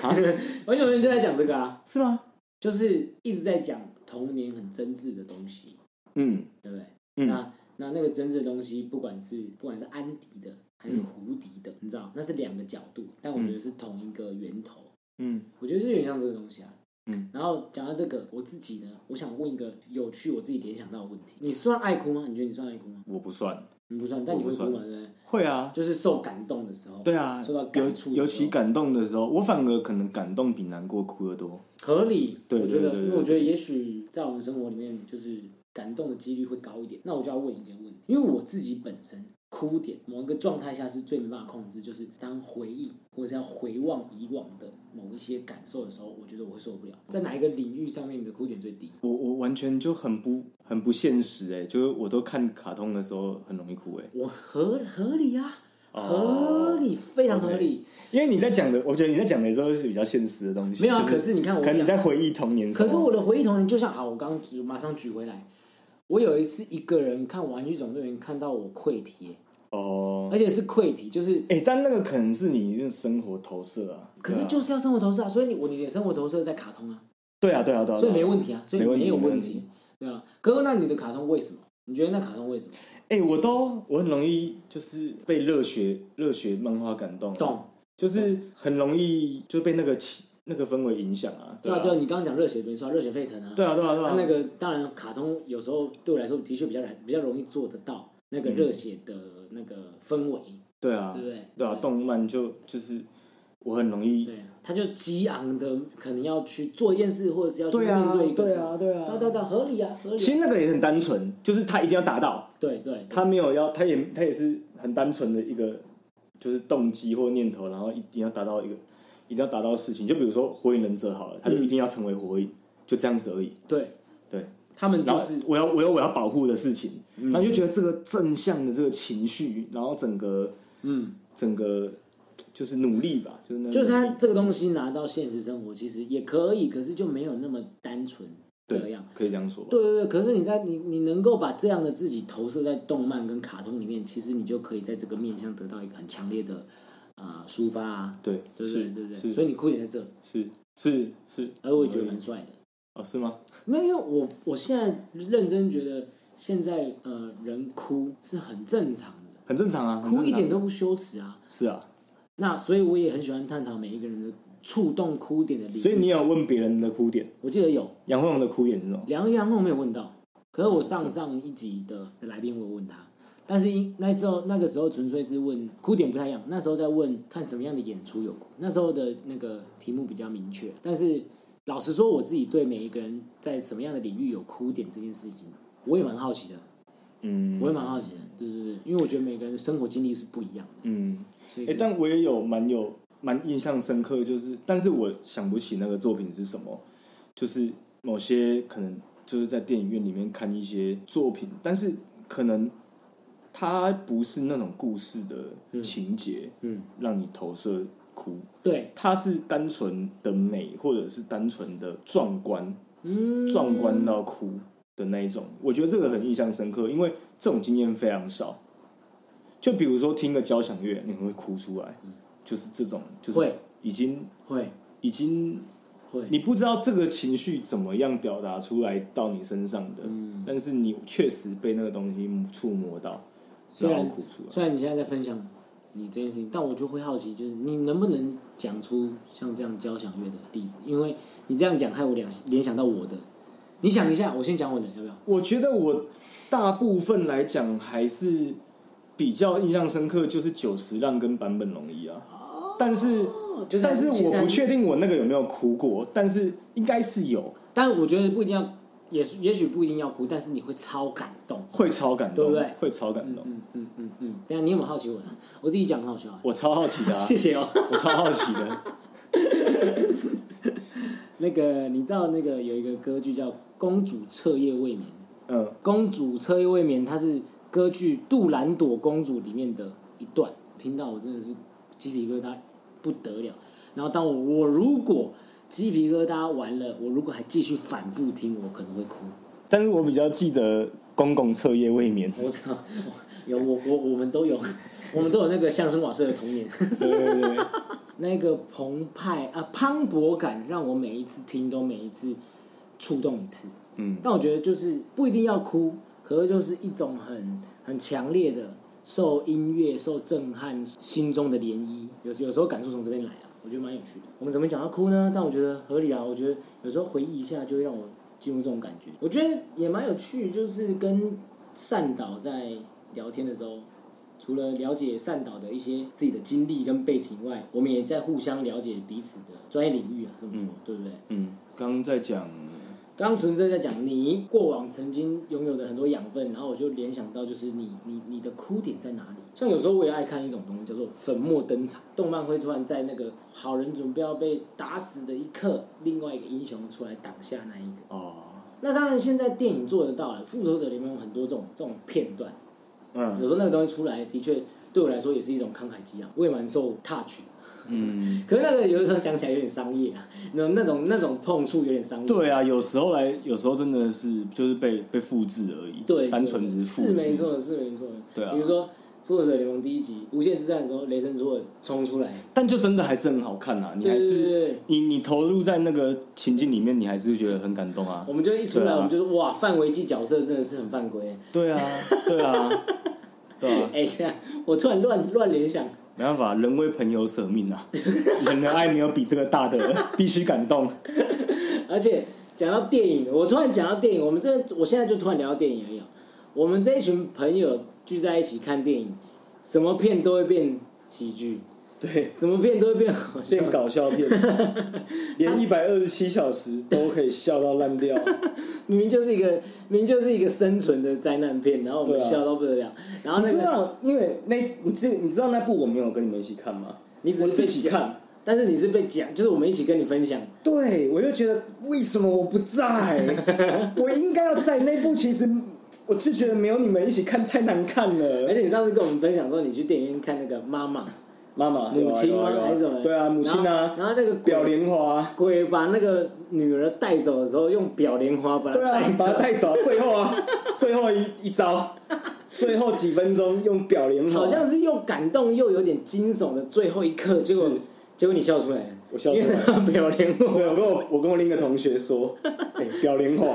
[SPEAKER 1] 啊
[SPEAKER 2] 玩具总动员就在讲这个啊，
[SPEAKER 1] 是吗？
[SPEAKER 2] 就是一直在讲童年很真挚的东西，
[SPEAKER 1] 嗯
[SPEAKER 2] 对不对？
[SPEAKER 1] 嗯，
[SPEAKER 2] 那那那个真挚的东西，不管是不管是安迪的还是胡迪的，你知道，那是两个角度，但我觉得是同一个源头。
[SPEAKER 1] 嗯
[SPEAKER 2] 我觉得是有点像这个东西啊。
[SPEAKER 1] 嗯，
[SPEAKER 2] 然后讲到这个，我自己呢，我想问一个有趣我自己联想到的问题：你算爱哭吗？你觉得你算爱哭吗？
[SPEAKER 1] 我不算，
[SPEAKER 2] 你不算，但
[SPEAKER 1] 我
[SPEAKER 2] 你
[SPEAKER 1] 不
[SPEAKER 2] 会哭
[SPEAKER 1] 算
[SPEAKER 2] 吗？对不对？
[SPEAKER 1] 会啊，
[SPEAKER 2] 就是受感动的时候，
[SPEAKER 1] 对啊
[SPEAKER 2] 受到，
[SPEAKER 1] 尤
[SPEAKER 2] 感触的时候
[SPEAKER 1] 尤其感动的时候，我反而可能感动比难过哭得多。
[SPEAKER 2] 合理，
[SPEAKER 1] 对
[SPEAKER 2] 我觉得，
[SPEAKER 1] 对对对
[SPEAKER 2] 因为我觉得也许在我们生活里面，就是感动的几率会高一点。那我就要问一个问题，因为我自己本身哭点，某一个状态下是最没办法控制，就是当回忆或者是要回望以往的某一些感受的时候，我觉得我会受不了。在哪一个领域上面你的哭点最低？
[SPEAKER 1] 我我完全就很不很不现实哎、就是我都看卡通的时候很容易哭哎、
[SPEAKER 2] 我合合理啊，
[SPEAKER 1] 哦
[SPEAKER 2] 合理，非常合理。
[SPEAKER 1] 因为你在讲的，我觉得你在讲的都是比较现实的东西。
[SPEAKER 2] 没有啊
[SPEAKER 1] 就
[SPEAKER 2] 可是你看我
[SPEAKER 1] 可能你
[SPEAKER 2] 讲
[SPEAKER 1] 在回忆童年的时候，
[SPEAKER 2] 可是我的回忆童年，就像好，我刚举马上举回来，我有一次一个人看《玩具总动员》，看到我溃体，
[SPEAKER 1] 哦，
[SPEAKER 2] 而且是溃体，就是
[SPEAKER 1] 哎、但那个可能是你的生活投射啊。
[SPEAKER 2] 可是就是要生活投射啊，所以你我你的生活投射在卡通啊，
[SPEAKER 1] 对啊，对啊，对啊，对啊
[SPEAKER 2] 所以没问题啊，所以
[SPEAKER 1] 没问题
[SPEAKER 2] 没有
[SPEAKER 1] 没
[SPEAKER 2] 问
[SPEAKER 1] 问
[SPEAKER 2] 题
[SPEAKER 1] 题，
[SPEAKER 2] 对啊。可是那你的卡通为什么？你觉得那卡通为什么？
[SPEAKER 1] 哎、我都我很容易就是被热血热血漫画感动，
[SPEAKER 2] 懂？
[SPEAKER 1] 就是很容易就被那个气那个氛围影响啊。
[SPEAKER 2] 对
[SPEAKER 1] 啊，
[SPEAKER 2] 啊，对啊，你刚刚讲热血没错啊，热血沸腾啊。
[SPEAKER 1] 对啊，对啊，对
[SPEAKER 2] 那
[SPEAKER 1] 啊。
[SPEAKER 2] 那个当然，卡通有时候对我来说的确比较难，比较容易做得到那个热血的那个氛围，
[SPEAKER 1] 对嗯啊
[SPEAKER 2] 对，不对？
[SPEAKER 1] 对啊，动漫就就是我很容易
[SPEAKER 2] 对啊，他就激昂的可能要去做一件事，或者是要去面对一个
[SPEAKER 1] 对
[SPEAKER 2] 什么
[SPEAKER 1] 啊，，对
[SPEAKER 2] 对
[SPEAKER 1] 啊。
[SPEAKER 2] 对对，合理啊，合
[SPEAKER 1] 其
[SPEAKER 2] 理啊。
[SPEAKER 1] 实那个也很单纯，就是他一定要达到，
[SPEAKER 2] 对对，
[SPEAKER 1] 他没有要，他也他也是很单纯的一个就是动机或念头，然后一定要达到一个一定要达到的事情。就比如说《火影忍者》
[SPEAKER 2] 嗯
[SPEAKER 1] 好了，他就一定要成为火影，就这样子而已。
[SPEAKER 2] 对
[SPEAKER 1] 对，
[SPEAKER 2] 他们
[SPEAKER 1] 然
[SPEAKER 2] 就
[SPEAKER 1] 后
[SPEAKER 2] 是嗯
[SPEAKER 1] 我要我有我要保护的事情，然后就觉得这个正向的这个情绪，然后整个
[SPEAKER 2] 嗯。
[SPEAKER 1] 整个就是努力吧，就是那个
[SPEAKER 2] 就是它
[SPEAKER 1] 努力
[SPEAKER 2] 这个东西拿到现实生活，其实也可以，可是就没有那么单纯这
[SPEAKER 1] 对
[SPEAKER 2] 样。，
[SPEAKER 1] 可以这样说吧。
[SPEAKER 2] 对对对，可是你在你你能够把这样的自己投射在动漫跟卡通里面，其实你就可以在这个面向得到一个很强烈的啊、呃抒发啊，
[SPEAKER 1] 对
[SPEAKER 2] 对不对？
[SPEAKER 1] 是
[SPEAKER 2] 对不对？
[SPEAKER 1] 是
[SPEAKER 2] 所以你哭点在这，
[SPEAKER 1] 是是是，
[SPEAKER 2] 而我也觉得蛮帅的。
[SPEAKER 1] 哦是吗？
[SPEAKER 2] 没有，因为我我现在认真觉得，现在呃人哭是很正常的，
[SPEAKER 1] 很正常啊，很
[SPEAKER 2] 哭
[SPEAKER 1] 正
[SPEAKER 2] 一
[SPEAKER 1] 常
[SPEAKER 2] 点都不羞耻啊。
[SPEAKER 1] 是啊。
[SPEAKER 2] 那所以我也很喜欢探讨每一个人的触动哭点的理由。
[SPEAKER 1] 所以你有问别人的哭点，
[SPEAKER 2] 我记得有。
[SPEAKER 1] 杨慧荣的哭点是什么？
[SPEAKER 2] 梁玉阳我没有问到，可是我上上一集的来宾我有问他，但是因那时候那个时候纯粹是问哭点不太一样，那时候在问看什么样的演出有哭，那时候的那个题目比较明确，但是老实说，我自己对每一个人在什么样的领域有哭点这件事情，我也蛮好奇的，
[SPEAKER 1] 嗯，
[SPEAKER 2] 我也蛮好奇的，对对对，因为我觉得每个人的生活经历是不一样的，
[SPEAKER 1] 嗯，
[SPEAKER 2] 所以
[SPEAKER 1] 哎、但我也有蛮有蛮印象深刻，就是，但是我想不起那个作品是什么，就是某些可能就是在电影院里面看一些作品，但是可能它不是那种故事的情节、
[SPEAKER 2] 嗯，
[SPEAKER 1] 让你投射哭，
[SPEAKER 2] 对，
[SPEAKER 1] 它是单纯的美，或者是单纯的壮观，
[SPEAKER 2] 嗯，
[SPEAKER 1] 壮观到哭的那一种。我觉得这个很印象深刻，因为这种经验非常少。就比如说听个交响乐，你会哭出来，就是这种，就是
[SPEAKER 2] 嗯会
[SPEAKER 1] 已经
[SPEAKER 2] 会
[SPEAKER 1] 已经
[SPEAKER 2] 会，
[SPEAKER 1] 你不知道这个情绪怎么样表达出来到你身上的，
[SPEAKER 2] 嗯
[SPEAKER 1] 但是你确实被那个东西触摸到，
[SPEAKER 2] 虽
[SPEAKER 1] 然
[SPEAKER 2] 然
[SPEAKER 1] 后哭出来。
[SPEAKER 2] 虽然你现在在分享你这件事情，但我就会好奇，就是你能不能讲出像这样交响乐的例子？因为你这样讲，害我联联想到我的。你想一下，我先讲我的，要不要？
[SPEAKER 1] 我觉得我大部分来讲还是比较印象深刻，就是久石让跟坂本龙一啊。但是，
[SPEAKER 2] 哦就是
[SPEAKER 1] 但是
[SPEAKER 2] 还是
[SPEAKER 1] 我不
[SPEAKER 2] 其实
[SPEAKER 1] 确定我那个有没有哭过，但是应该是有，
[SPEAKER 2] 但我觉得不一定要，也是也许不一定要哭，但是你会超感动。
[SPEAKER 1] 会超感动，
[SPEAKER 2] 对不对
[SPEAKER 1] 会超感动。
[SPEAKER 2] 嗯嗯嗯嗯。等一下你有没有好奇我的？我自己讲很好笑 *laughs* 啊。
[SPEAKER 1] 我超好奇的、啊
[SPEAKER 2] 谢，谢哦。
[SPEAKER 1] 我超好奇
[SPEAKER 2] *laughs*
[SPEAKER 1] 的。
[SPEAKER 2] 那个你知道那个有一个歌剧叫《公主彻夜未眠》，
[SPEAKER 1] 嗯
[SPEAKER 2] 《公主彻夜未眠》，它是歌剧《杜兰朵公主》里面的一段，听到我真的是鸡皮疙瘩不得了。然后当我我如果鸡皮疙瘩完了，我如果还继续反复听，我可能会哭。
[SPEAKER 1] 但是我比较记得公公彻夜未眠。
[SPEAKER 2] *laughs* 我操，有我我我们都有，我们都有那个相声瓦舍的童 *laughs* 年。
[SPEAKER 1] 对对对，
[SPEAKER 2] 那个澎湃啊磅礴感，让我每一次听都每一次触动一次。
[SPEAKER 1] *laughs* 嗯，
[SPEAKER 2] 但我觉得就是不一定要哭，可是就是一种很很强烈的受音乐、受震撼心中的涟漪。有时有时候感触从这边来啊，我觉得蛮有趣的。我们怎么讲到哭呢？但我觉得合理啊。我觉得有时候回忆一下，就会让我进入这种感觉。我觉得也蛮有趣，就是跟善导在聊天的时候。除了了解善导的一些自己的经历跟背景外，我们也在互相了解彼此的专业领域啊，这么说、
[SPEAKER 1] 嗯
[SPEAKER 2] 对不对？
[SPEAKER 1] 嗯，刚刚在讲
[SPEAKER 2] 刚刚纯粹在讲你过往曾经拥有的很多养分，然后我就联想到就是你你你的哭点在哪里？像有时候我也爱看一种东西叫做粉墨登场，动漫会突然在那个好人准备要被打死的一刻，另外一个英雄出来挡下那一个。
[SPEAKER 1] 哦，
[SPEAKER 2] 那当然，现在电影做得到了，《复仇者联盟》有很多这种这种片段，有时
[SPEAKER 1] 嗯
[SPEAKER 2] 候那个东西出来，的确对我来说也是一种慷慨激昂，我也蛮受 touch 的。 *laughs*
[SPEAKER 1] 嗯，
[SPEAKER 2] 可是那个有的时候讲起来有点商业啊，那那种那种碰触有点商业。
[SPEAKER 1] 对啊，有时候来，有时候真的是就是被被复制而已，
[SPEAKER 2] 对，
[SPEAKER 1] 单纯只
[SPEAKER 2] 是
[SPEAKER 1] 复制，
[SPEAKER 2] 没错，是没错。
[SPEAKER 1] 对啊
[SPEAKER 2] 比如说《复仇者联盟》第一集《无限之战》的时候，雷神索尔冲出来，
[SPEAKER 1] 但就真的还是很好看啊！你还
[SPEAKER 2] 对对对
[SPEAKER 1] 是
[SPEAKER 2] 对
[SPEAKER 1] 你你投入在那个情境里面，你还是觉得很感动啊
[SPEAKER 2] 我！们就一出来，
[SPEAKER 1] 对啊
[SPEAKER 2] 我们就说哇，范维基角色真的是很犯规。
[SPEAKER 1] 对啊，对啊，对啊，
[SPEAKER 2] 哎、这样我突然乱乱联想，
[SPEAKER 1] 没办法，人为朋友舍命啊！人的爱没有比这个大
[SPEAKER 2] *laughs*
[SPEAKER 1] 的，必须感动。
[SPEAKER 2] 而且讲到电影，我突然讲到电影，我们这我现在就突然聊到电影而已、啊。我们这一群朋友聚在一起看电影，什么片都会变喜剧，
[SPEAKER 4] 对，
[SPEAKER 2] 什么片都会变好笑。
[SPEAKER 4] 变搞笑
[SPEAKER 2] *laughs*
[SPEAKER 4] 片，连一百二十七小时都可以笑到烂掉。
[SPEAKER 2] 明明就是一个明明就是一个生存的灾难片，然后我们
[SPEAKER 4] 对啊
[SPEAKER 2] 笑到不得了。然后
[SPEAKER 4] 你
[SPEAKER 2] 那
[SPEAKER 4] 知
[SPEAKER 2] 个
[SPEAKER 4] 道，因为那你知你知道那部我没有跟你们一起看吗？
[SPEAKER 2] 你只是
[SPEAKER 4] 我
[SPEAKER 2] 被
[SPEAKER 4] 自己
[SPEAKER 2] 讲
[SPEAKER 4] 看，
[SPEAKER 2] 但是你是被讲，就是我们一起跟你分享，
[SPEAKER 4] 对我就觉得为什么我不 *laughs* 在？我应该要在那部，其实我就觉得没有你们一起看太难看了
[SPEAKER 2] 而。且你上次跟我们分享说你去电影院看那个妈妈
[SPEAKER 4] 妈妈，
[SPEAKER 2] 母亲
[SPEAKER 4] 有
[SPEAKER 2] 吗
[SPEAKER 4] 啊有啊
[SPEAKER 2] 还是什
[SPEAKER 4] 有
[SPEAKER 2] 么？
[SPEAKER 4] 啊对啊，母亲
[SPEAKER 2] 然后
[SPEAKER 4] 啊，
[SPEAKER 2] 然后那个鬼
[SPEAKER 4] 表莲花，
[SPEAKER 2] 鬼把那个女儿带走的时候，用表莲花把她
[SPEAKER 4] 对啊
[SPEAKER 2] 带，走，
[SPEAKER 4] 把她带走，最后啊，最后一一招，最后几分钟用表莲花，
[SPEAKER 2] 好像是又感动又有点惊悚的最后一刻，结果
[SPEAKER 4] 是
[SPEAKER 2] 结果你笑出来了，
[SPEAKER 4] 我笑出来了
[SPEAKER 2] 因为她表莲花
[SPEAKER 4] 对我跟我我跟我另一个同学说，哎，表莲 *laughs* 花，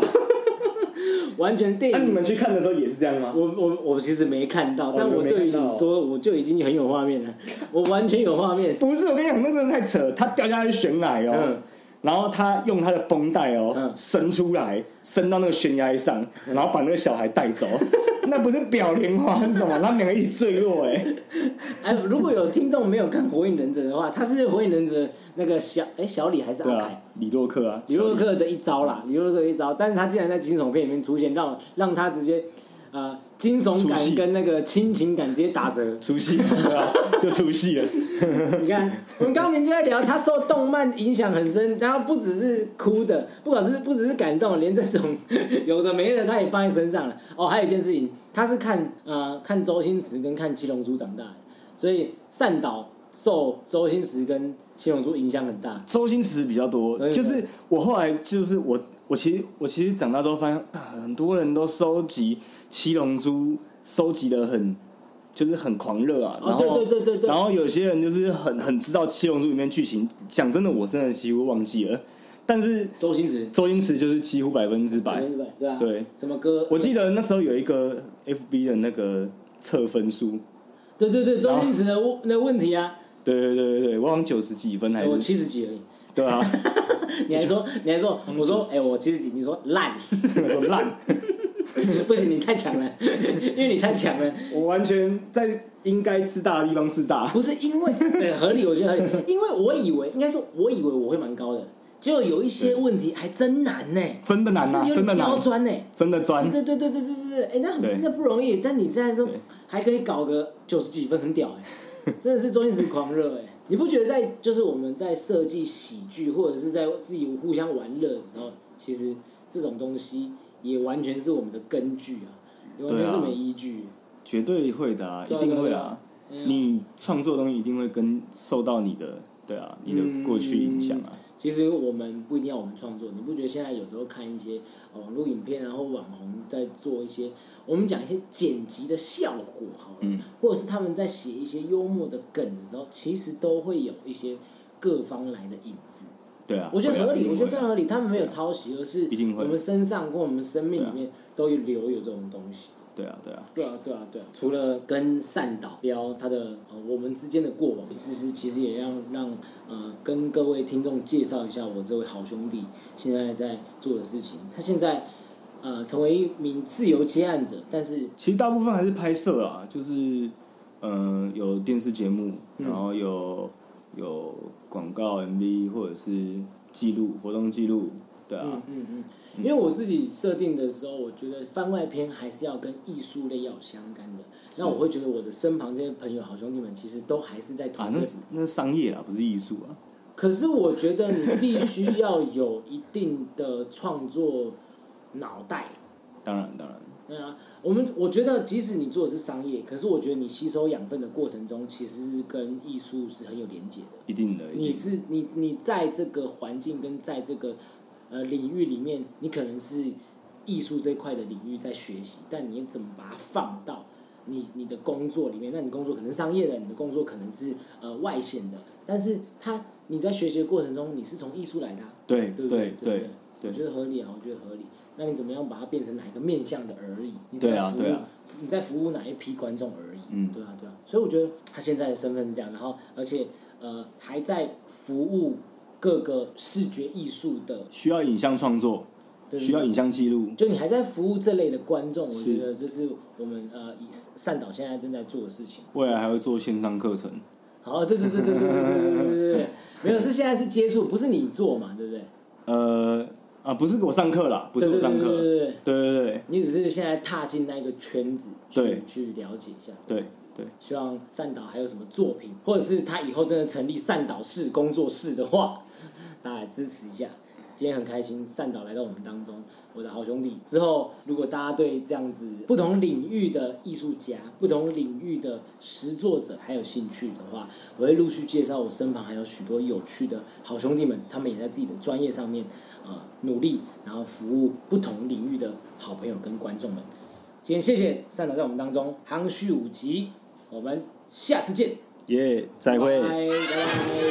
[SPEAKER 2] 完全电
[SPEAKER 4] 那
[SPEAKER 2] 影
[SPEAKER 4] 你们去看的时候也是这样吗？
[SPEAKER 2] 我我我其实没看到，
[SPEAKER 4] 哦
[SPEAKER 2] 但
[SPEAKER 4] 你
[SPEAKER 2] 我
[SPEAKER 4] 们没
[SPEAKER 2] 对于
[SPEAKER 4] 看到
[SPEAKER 2] 你
[SPEAKER 4] 哦
[SPEAKER 2] 说，我就已经很有画面了，我完全有画面。
[SPEAKER 1] 不是，我跟你讲，那真的太扯，他掉下去悬崖哦。
[SPEAKER 2] 嗯
[SPEAKER 1] 然后他用他的绷带哦，
[SPEAKER 2] 嗯
[SPEAKER 1] 伸出来，伸到那个悬崖上，然后把那个小孩带走。 *laughs* 那不是表莲花是什么？他们两个一起坠落、哎，
[SPEAKER 2] 哎，如果有听众没有看《火影忍者》的话，他是《火影忍者》那个小哎小李还是
[SPEAKER 1] 对
[SPEAKER 2] 阿
[SPEAKER 1] 啊
[SPEAKER 2] 凯？，
[SPEAKER 1] 李洛克啊，
[SPEAKER 2] 李洛克的一招啦，李洛克的一招，但是他竟然在惊悚片里面出现，让让他直接呃惊悚
[SPEAKER 1] 出
[SPEAKER 2] 感
[SPEAKER 1] 戏
[SPEAKER 2] 跟那个亲情感直接打折。
[SPEAKER 1] 出戏了，对啊，就出戏了。
[SPEAKER 2] *laughs* 你看，我们刚明就在聊，他受动漫影响很深，然后不只是哭的，不管是不只是感动，连这种 *laughs* 有的没的他也放在身上了。哦，还有一件事情，他是看呃看周星驰跟看七龙珠长大的，所以善导受周星驰跟七龙珠影响很大。
[SPEAKER 1] 周星驰比较多，
[SPEAKER 2] 对
[SPEAKER 1] 就是我后来就是我我其实我其实长大之后发现，啊很多人都收集七龙珠，收集的很就是很狂热啊。
[SPEAKER 2] 哦
[SPEAKER 1] 然后
[SPEAKER 2] 对对对对对
[SPEAKER 1] 然后有些人就是很很知道七龙珠里面剧情，讲真的，我真的几乎忘记了。但是
[SPEAKER 2] 周星驰，
[SPEAKER 1] 周星驰就是几乎百分之百。
[SPEAKER 2] 对吧？对啊，
[SPEAKER 1] 对，
[SPEAKER 2] 什么歌？
[SPEAKER 1] 我记得那时候有一个 FB 的那个测分数，
[SPEAKER 2] 对对对，周星驰的问的问题啊，
[SPEAKER 1] 对对对对对，我好像九十几分还
[SPEAKER 2] 我
[SPEAKER 1] 是
[SPEAKER 2] 七十几而已。
[SPEAKER 1] 对啊， *laughs*
[SPEAKER 2] 你还说，你还说，我说，哎、我七十几，你说烂， *laughs*
[SPEAKER 1] 我说烂，
[SPEAKER 2] 不行，你太强了， *laughs* 因为你太强了。
[SPEAKER 4] 我完全在应该自大的地方自大，
[SPEAKER 2] 不是因
[SPEAKER 1] *laughs*
[SPEAKER 2] 为对合理，我觉得合理，因为我以为应该说，我以为我会蛮高的，结果有一些问题还真难呢、
[SPEAKER 1] 真的难
[SPEAKER 2] 自
[SPEAKER 1] 啊，
[SPEAKER 2] 己有
[SPEAKER 1] 真的
[SPEAKER 2] 点
[SPEAKER 1] 难
[SPEAKER 2] 刁，钻呢、
[SPEAKER 1] 真的钻。
[SPEAKER 2] 对对对对对对对，哎、那
[SPEAKER 1] 对
[SPEAKER 2] 很那不容易，但你现在都
[SPEAKER 1] 对
[SPEAKER 2] 还可以搞个九十几分，很屌
[SPEAKER 1] *laughs*
[SPEAKER 2] 哎、真的是周星驰狂热哎、你不觉得在就是我们在设计喜剧或者是在自己互相玩乐的时候，其实这种东西也完全是我们的根据啊，也完全是
[SPEAKER 1] 对啊
[SPEAKER 2] 没依据。
[SPEAKER 1] 绝对会的、啊，
[SPEAKER 2] 对
[SPEAKER 1] 一
[SPEAKER 2] 啊
[SPEAKER 1] 定会
[SPEAKER 2] 对
[SPEAKER 1] 啊
[SPEAKER 2] 啊！对啊
[SPEAKER 1] 你创作的东西一定会跟受到你的对啊，你的过去影响啊。
[SPEAKER 2] 其实我们不一定要我们创作，你不觉得现在有时候看一些呃网络影片啊，或网红在做一些，我们讲一些剪辑的效果好了，
[SPEAKER 1] 嗯
[SPEAKER 2] 或者是他们在写一些幽默的梗的时候，其实都会有一些各方来的影子。
[SPEAKER 1] 对啊，
[SPEAKER 2] 我觉得
[SPEAKER 1] 会啊
[SPEAKER 2] 合理，
[SPEAKER 1] 一定
[SPEAKER 2] 我觉得非
[SPEAKER 1] 会
[SPEAKER 2] 常
[SPEAKER 1] 啊
[SPEAKER 2] 合理。他们没有抄袭，而是
[SPEAKER 1] 一定会啊
[SPEAKER 2] 我们身上跟我们生命里面都有留有这种东西。
[SPEAKER 1] 对啊，对啊，
[SPEAKER 2] 对啊，对啊，对啊。除了跟善导标他的呃我们之间的过往，其实其实也让让呃跟各位听众介绍一下我这位好兄弟现在在做的事情。他现在呃成为一名自由接案者，但是
[SPEAKER 1] 其实大部分还是拍摄啊，就是嗯、呃有电视节目，
[SPEAKER 2] 嗯
[SPEAKER 1] 然后有有广告 MV 或者是记录活动记录，对啊，
[SPEAKER 2] 嗯嗯嗯，因为我自己设定的时候，我觉得番外篇还是要跟艺术类要有相干的。那我会觉得我的身旁这些朋友、好兄弟们，其实都还是在
[SPEAKER 1] 啊
[SPEAKER 2] 同，
[SPEAKER 1] 那
[SPEAKER 2] 个
[SPEAKER 1] 是那是商业啊，不是艺术啊。
[SPEAKER 2] 可是我觉得你必须要有一定的创作脑袋。
[SPEAKER 1] 当然，当然，
[SPEAKER 2] 对啊，我们我觉得即使你做的是商业，可是我觉得你吸收养分的过程中，其实是跟艺术是很有连结的。
[SPEAKER 1] 一定的。一定的
[SPEAKER 2] 你是你你在这个环境跟在这个呃领域里面，你可能是艺术这一块的领域在学习，但你怎么把它放到你你的工作里面？那你工作可能是商业的，你的工作可能是呃外显的，但是它你在学习的过程中，你是从艺术来的啊、
[SPEAKER 1] 对
[SPEAKER 2] 对
[SPEAKER 1] 对
[SPEAKER 2] 不对
[SPEAKER 1] 对
[SPEAKER 2] 不我觉得合理啊，我觉得合理。那你怎么样把它变成哪一个面向的而已？你在
[SPEAKER 1] 对啊
[SPEAKER 2] 服务
[SPEAKER 1] 对啊
[SPEAKER 2] 你在服务哪一批观众而已？
[SPEAKER 1] 嗯
[SPEAKER 2] 对啊对啊。所以我觉得他现在的身份是这样，然后而且呃还在服务各个视觉艺术的，
[SPEAKER 1] 需要影像创作，
[SPEAKER 2] 对
[SPEAKER 1] 需要影像记录，
[SPEAKER 2] 就你还在服务这类的观众，我
[SPEAKER 1] 是
[SPEAKER 2] 觉得这是我们呃以善导现在正在做的事情。
[SPEAKER 1] 未来还会做线上课程。
[SPEAKER 2] 好，对对对对对对对对对对对，没有是现在是接触，不是你做嘛，对不对？
[SPEAKER 1] 呃啊，不是给我上课啦，不是我上课，
[SPEAKER 2] 对对对对对
[SPEAKER 1] 对对对
[SPEAKER 2] 你只是现在踏进那个圈子去
[SPEAKER 1] 对
[SPEAKER 2] 去了解一下，
[SPEAKER 1] 对对，
[SPEAKER 2] 希望善导还有什么作品，或者是他以后真的成立善导式工作室的话，大家来支持一下。今天很开心，善导来到我们当中，我的好兄弟。之后，如果大家对这样子不同领域的艺术家、不同领域的实作者还有兴趣的话，我会陆续介绍我身旁还有许多有趣的好兄弟们，他们也在自己的专业上面呃努力，然后服务不同领域的好朋友跟观众们。今天谢谢善导在我们当中，夯续五集，我们下次见，
[SPEAKER 1] 耶，再会。
[SPEAKER 2] 拜拜。拜拜
[SPEAKER 3] 呃